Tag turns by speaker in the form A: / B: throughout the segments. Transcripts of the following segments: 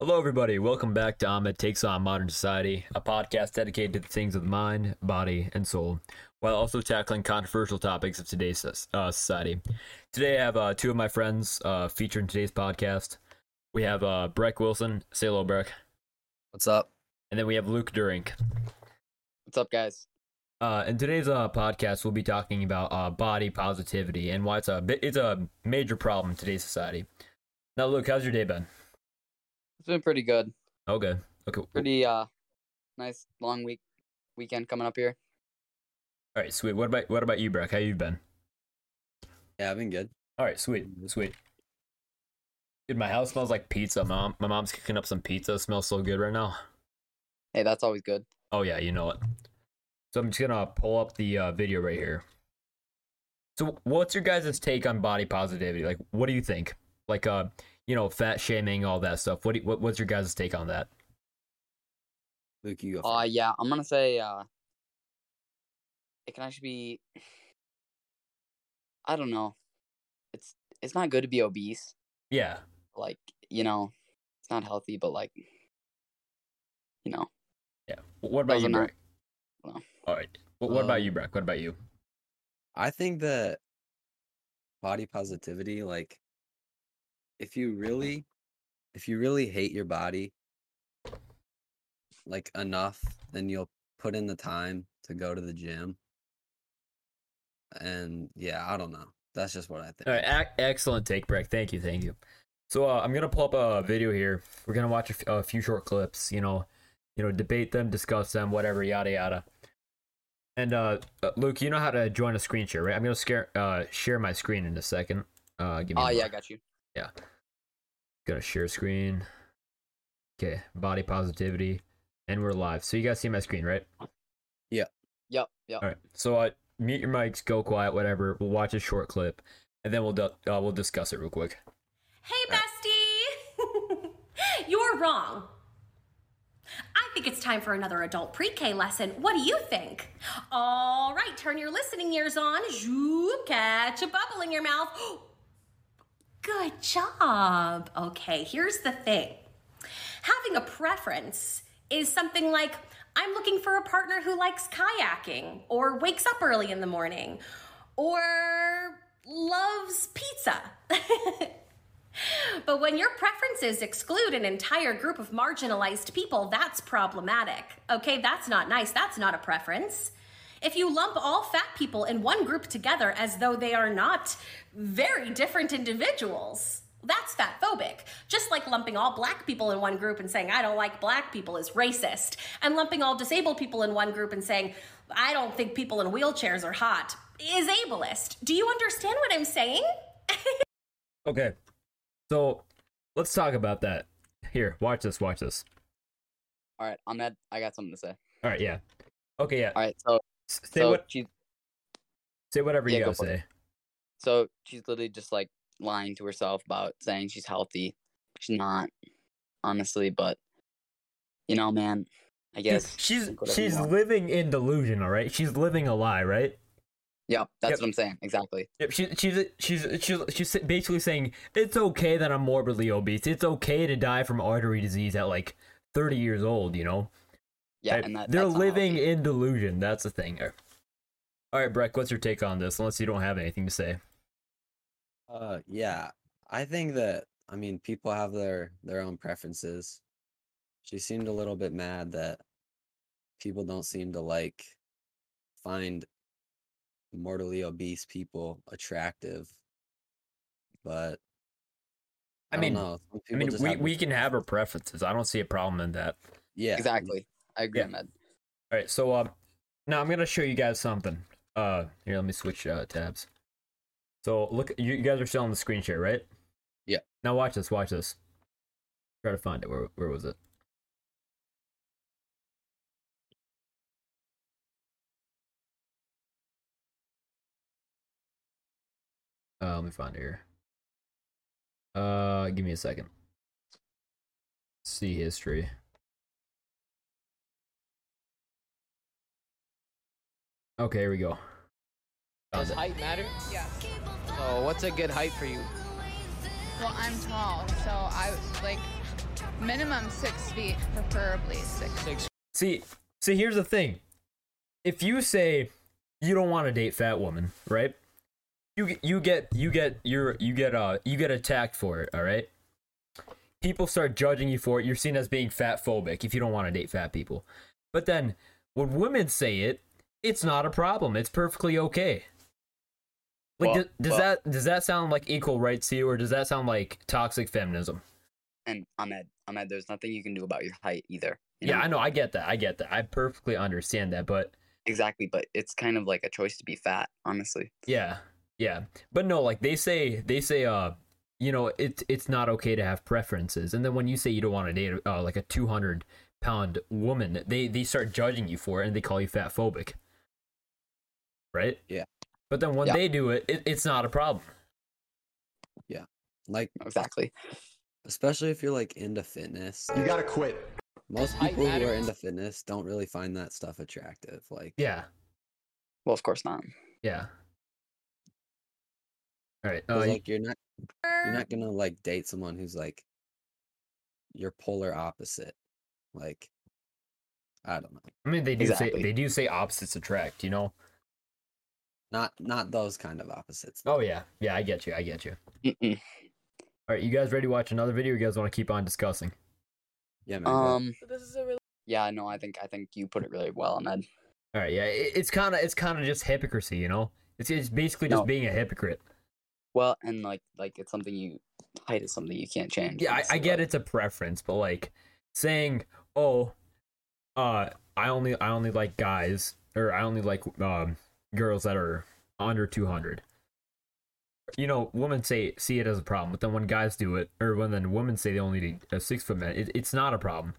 A: Hello, everybody. Welcome back to Ahmed Takes on Modern Society, a podcast dedicated to the things of the mind, body, and soul, while also tackling controversial topics of today's soc- uh, society. Today, I have uh, two of my friends uh, featured in today's podcast. We have uh, Breck Wilson. Say hello, Breck.
B: What's up?
A: And then we have Luke Durink.
C: What's up, guys?
A: Uh, in today's uh, podcast, we'll be talking about uh, body positivity and why it's a bit, it's a major problem in today's society. Now, Luke, how's your day been?
C: It's been pretty good.
A: Okay, okay, all
C: Pretty uh nice long week weekend coming up here.
A: right, sweet. What about what about you, Breck? How you been?
B: Yeah, I've been good.
A: All right, sweet, sweet. Dude, my house smells like pizza. Mom, my mom's cooking up some pizza. It smells so good right now.
C: Hey, that's always good.
A: Oh yeah, you know it. So I'm just gonna pull up the uh, video right here. So what's your guys' take on body positivity? Like, what do you think? Like, uh, you know, fat shaming, all that stuff. What, do you, what what's your guys' take on that?
B: Luke, you go.
C: Uh yeah, I'm gonna say uh it can actually be I don't know. It's it's not good to be obese.
A: Yeah,
C: Like, you know, it's not healthy, but like you know.
A: yeah. What about you,
C: Doesn't
A: Breck?
C: matter. No.
A: All right. What, what about
B: Um,
A: you, Breck? What about you?
B: I think that body positivity, like, if you really, if you really hate your body, like enough, then you'll put in the time to go to the gym. And yeah, I don't know. That's just what I think.
A: All right, ac- excellent take, Breck. Thank you, thank you. So uh, I'm gonna pull up a video here. We're gonna watch a, f- a few short clips. You know, you know, debate them, discuss them, whatever, yada yada. And uh, uh, Luke, you know how to join a screen share, right? I'm gonna scare, uh, share my screen in a second. Uh, give me.
C: Oh
A: a
C: yeah, I
A: moment.
C: got you.
A: Gonna share screen. Okay, body positivity, and we're live. So you guys see my screen, right?
C: Yep, yep.
A: All right. So uh, mute your mics, go quiet, whatever. We'll watch a short clip, and then we'll du- uh, we'll discuss it real quick.
D: Hey, bestie! You're wrong. I think it's time for another adult pre K lesson. What do you think? All right, turn your listening ears on. Zoop, catch a bubble in your mouth. Good job. Okay, here's the thing having a preference is something like, I'm looking for a partner who likes kayaking, or wakes up early in the morning, or loves pizza. But when your preferences exclude an entire group of marginalized people, that's problematic. Okay, that's not nice. That's not a preference. If you lump all fat people in one group together as though they are not very different individuals, that's fat phobic. Just like lumping all black people in one group and saying, I don't like black people is racist. And lumping all disabled people in one group and saying, I don't think people in wheelchairs are hot is ableist. Do you understand what I'm saying?
A: Okay. So let's talk about that. Here, watch this, watch this.
C: All right, I'm at I got something to say.
A: All right, yeah. Okay, yeah.
C: All right, so
A: S- Say
C: so
A: what
C: she
A: say whatever
C: yeah,
A: you
C: go
A: gotta
C: for it.
A: say.
C: so she's literally just like lying to herself about saying she's healthy. She's not, honestly, but you know, man, I guess
A: She's
C: think whatever you
A: she's
C: want.
A: living in delusion, all right? She's living a lie, right?
C: Yeah, that's
A: Yep.
C: what I'm saying. Exactly.
A: Yep, she, she's she's she's she's basically saying it's okay that I'm morbidly obese. It's okay to die from artery disease at like 30 years old, you know?
C: Yeah,
A: Right?
C: and that,
A: They're
C: that's
A: living
C: unhealthy.
A: in delusion. That's the thing. All right. All right, Breck, what's your take on this? Unless you don't have anything to say.
B: Uh, yeah, I think that I mean people have their their own preferences. She seemed a little bit mad that people don't seem to like find mortally obese people attractive. But
A: I
B: I,
A: mean-
B: don't know. some
A: I
B: people
A: mean,
B: just
A: we,
B: have
A: we
B: their-
A: can have our preferences. I don't see a problem in that.
B: yeah
C: exactly. I agree
A: Yeah.
C: on that.
A: All right, so um, now I'm gonna show you guys something. Uh, here, let me switch uh, tabs. So look, you, you guys are still on the screen share, right?
B: Yeah.
A: Now watch this. Watch this. Try to find it. Where where was it? Uh, let me find it here. Uh, give me a second. See history. Okay, here we go. Found
E: Does
A: it.
E: height matter?
F: Yes.
E: Oh, what's a good height for you?
F: Well, I'm tall, so I like
E: Minimum six feet, preferably six.
A: See, see, here's the thing. If you say you don't want to date fat woman, right? You get, you get, you get, your, you get, uh, you get attacked for it. All right. People start judging you for it. You're seen as being fat phobic if you don't want to date fat people. But then when women say it, it's not a problem. It's perfectly okay. Like,
C: Well,
A: does, does
C: well-
A: that does that sound like equal rights to you, or does that sound like toxic feminism?
C: And Ahmed, Ahmed, there's nothing you can do about your height either. you
A: Yeah, I know. I get that. I get that. I perfectly understand that. But
C: Exactly, but it's kind of like a choice to be fat, honestly.
A: Yeah, yeah, but no, like they say, they say, uh, you know, it's it's not okay to have preferences, and then when you say you don't want to date uh, like a two hundred pound woman, they they start judging you for it, and they call you fat phobic, right?
B: Yeah.
A: But then when
C: Yeah.
A: they do it, it, it's not a problem.
B: Like,
C: Exactly.
B: especially if you're like into fitness.
F: You
B: like,
F: gotta quit.
B: most
G: I-
B: people
G: I
B: who are
G: don't-
B: into fitness don't really find that stuff attractive. Like,
A: Yeah,
C: Well, of course not.
A: yeah. All right.
B: 'cause,
A: Uh,
B: like you're not you're not gonna like date someone who's like your polar opposite. Like, I don't know.
A: I mean, they do say
C: Exactly.
A: they do say opposites attract. You know.
B: Not not those kind of opposites.
A: Oh yeah, yeah. I get you. I get you.
C: Mm-mm.
A: All right, you guys ready to watch another video? Or you guys want to keep on discussing?
B: Yeah, man. go.
C: Um,
G: This is a really
C: yeah, no, I think I think you put it really well, Ahmed.
A: All right, yeah, it, it's kind of it's kind of just hypocrisy, you know. It's it's basically just
C: No.
A: being a hypocrite.
C: Well, and like like it's something you height is something you can't change.
A: Yeah, I, I
C: honestly,
A: get
C: but-
A: it's a preference, but like saying, "Oh, uh, I only I only like guys, or I only like um girls that are under two hundred. You know, women say see it as a problem, but then when guys do it, or when then women say they only need a six foot man, it, it's not a problem.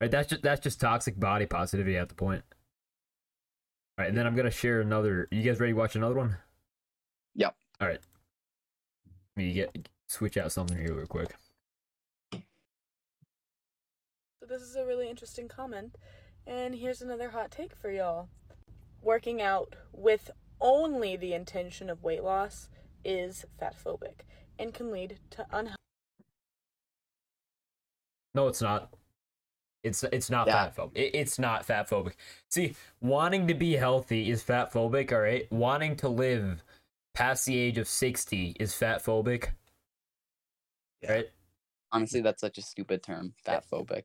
A: Right? That's just that's just toxic body positivity at the point. All right, and then I'm gonna share another. You guys ready to watch another one?
C: Yep.
A: All right. Let me get switch out something here real quick.
G: So this is a really interesting comment, and here's another hot take for y'all. Working out with only the intention of weight loss is fat phobic and can lead to unhealthy.
A: No, it's not. It's it's not
C: Yeah.
A: fat phobic. It, it's not fat phobic. See, wanting to be healthy is fat phobic. All right, wanting to live past the age of sixty is fat phobic.
B: Yeah.
A: Right.
C: honestly that's such a stupid term, fat phobic.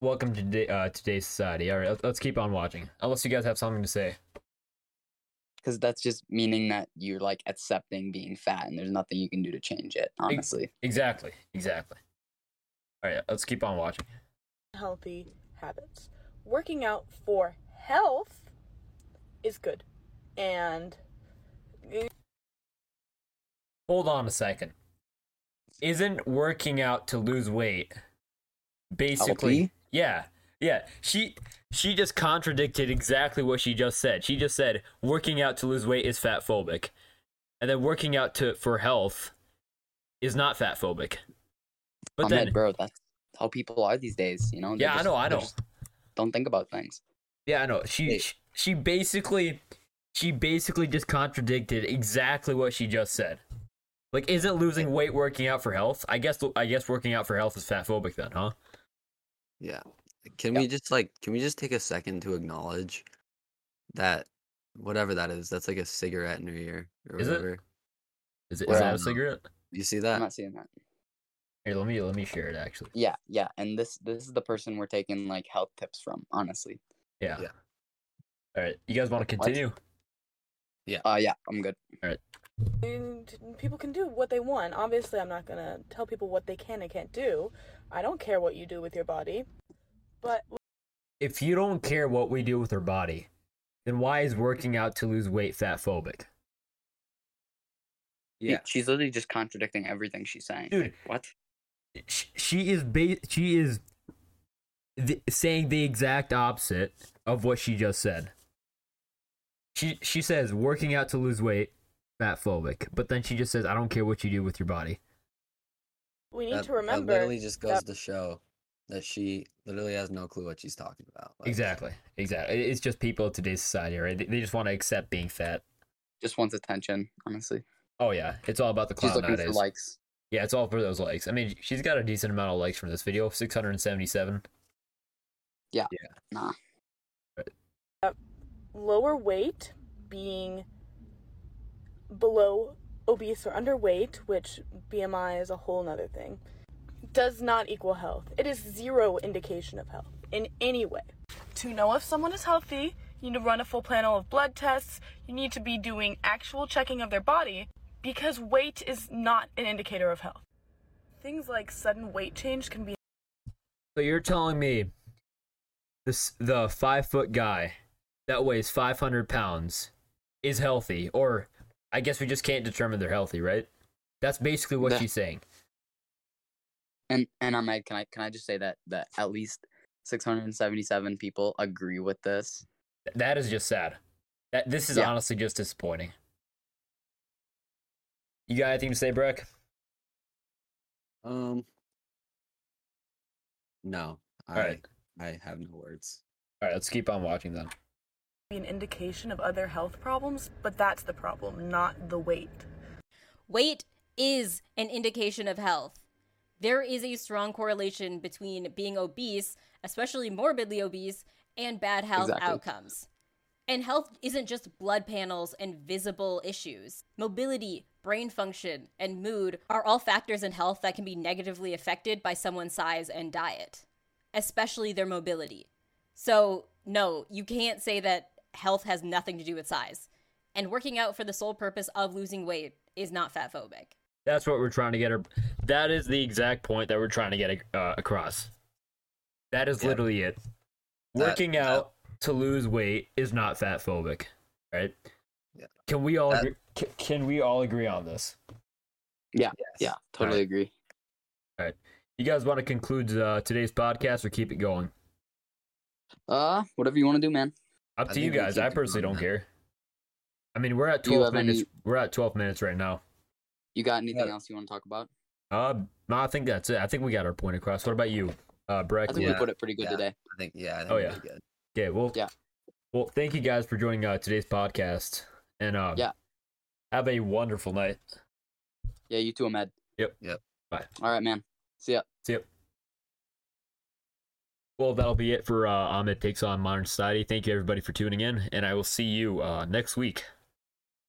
A: Welcome to da- uh, today's society. All right, let's, let's keep on watching. Unless you guys have something to say.
C: Because that's just meaning that you're like accepting being fat, and there's nothing you can do to change it. Honestly,
A: Exactly. Exactly. All right, let's keep on watching.
G: unhealthy habits. Working out for health is good. And
A: Hold on a second. Isn't working out to lose weight basically?
B: Healthy?
A: Yeah. Yeah. She she just contradicted exactly what she just said. She just said working out to lose weight is fat phobic. And then working out to for health is not fat phobic. But
C: Ahmed,
A: then
C: bro, that's how people are these days. You know? They
A: Yeah, I know, I
C: they
A: know.
C: don't think about things.
A: Yeah, I know. She
B: Wait.
A: she- she basically she basically just contradicted exactly what she just said. Like isn't losing weight working out for health? I guess I guess working out for health is fat phobic then, huh?
B: Yeah. Can we just like can we just take a second to acknowledge that whatever that is, that's like a cigarette in her ear or
A: Is it?
B: whatever.
A: Is, it,
C: Well,
A: is
C: I
A: that
B: don't
A: a
B: know.
A: cigarette?
B: You
A: Uh,
B: see
C: I'm
B: that?
C: not seeing that.
A: Here, let me let me share it actually.
C: Yeah, yeah, and this this is the person we're taking like health tips from. Honestly,
A: Yeah.
B: Yeah.
A: All right, you guys want to
C: What?
A: continue?
C: uh, yeah, I'm good.
G: and people can do what they want. Obviously, I'm not gonna tell people what they can and can't do. I don't care what you do with your body. But
A: If you don't care what we do with our body, then why is working out to lose weight fat phobic?
C: She- she's literally just contradicting everything she's saying.
A: Dude.
C: what?
A: Sh- She is ba- she is the, saying the exact opposite of what she just said. She she says working out to lose weight fat phobic, but then she just says I don't care what you do with your body.
G: we need
B: That,
G: to
B: that
G: remember
B: literally just goes
G: that-
B: to show that she literally has no clue what she's talking about. Like,
A: Exactly. Exactly. It- It's just people of today's society, right? They, they just want to accept being fat.
C: Just wants attention. Honestly,
A: Oh yeah, it's all about the
C: she's
A: clout
C: looking
A: nowadays.
C: for likes.
A: Yeah, it's all for those likes. I mean, she's got a decent amount of likes from this video, 677.
C: Nah.
G: Lower weight being below obese or underweight, which BMI is a whole nother thing, does not equal health. It is zero indication of health in any way. To know if someone is healthy, you need to run a full panel of blood tests, you need to be doing actual checking of their body because weight is not an indicator of health. Things like sudden weight change can be
A: So you're telling me this the five foot guy that weighs 500 pounds is healthy, or I guess we just can't determine they're healthy, right? That's basically what
C: Yeah.
A: she's saying.
C: And and I'm like, can I can I just say that that at least 677 people agree with this?
A: Th- That is just sad. That this is
C: Yeah.
A: honestly just disappointing. You got anything to say, Breck?
B: Um. No, I
A: Alright.
B: I have no words.
A: All right, let's keep on watching then.
G: be an indication of other health problems, but that's the problem, not the weight.
D: Weight is an indication of health. There is a strong correlation between being obese, especially morbidly obese, and bad health
C: Exactly.
D: outcomes. And health isn't just blood panels and visible issues. Mobility, brain function, and mood are all factors in health that can be negatively affected by someone's size and diet, especially their mobility. So, no, you can't say that health has nothing to do with size. And working out for the sole purpose of losing weight is not fat phobic.
A: That's what we're trying to get her. That is the exact point that we're trying to get uh, across. That is
B: Yeah.
A: literally it.
B: That-
A: Working
B: that-
A: out to lose weight is not fat phobic, right?
B: Yeah.
A: Can we all
B: That-
A: agree, can, can we all agree on this?
B: Yes.
C: Yeah, totally agree.
A: You guys want to conclude uh, today's podcast or keep it going?
C: Uh, whatever you want to do, man.
A: Up
B: I
A: to you
B: think we
A: guys.
B: keep
A: I
B: it
A: personally
B: going
A: don't
B: then.
A: care. I mean, we're at
C: Do you
A: 12
C: have
A: minutes.
C: any-
A: We're at 12 minutes right now.
C: You got anything
B: Yeah.
C: else you want to talk about?
A: Uh, no, I think that's it. I think we got our point across. What about you, uh, Breck?
C: I think
B: Yeah.
C: we put it pretty good
B: Yeah.
C: today.
B: I think yeah. I think
A: Oh,
B: we're
A: yeah.
B: good.
A: Okay, well,
C: Yeah.
A: Well, thank you guys for joining uh, today's podcast, and uh,
C: Yeah.
A: have a wonderful night.
C: Yeah, you too, Ahmed.
A: Yep.
B: Yep.
A: Bye.
C: All right, man. See ya.
A: See you. Well, that'll be it for uh, Ahmed takes on Modern Society. Thank you everybody for tuning in, and I will see you uh, next week.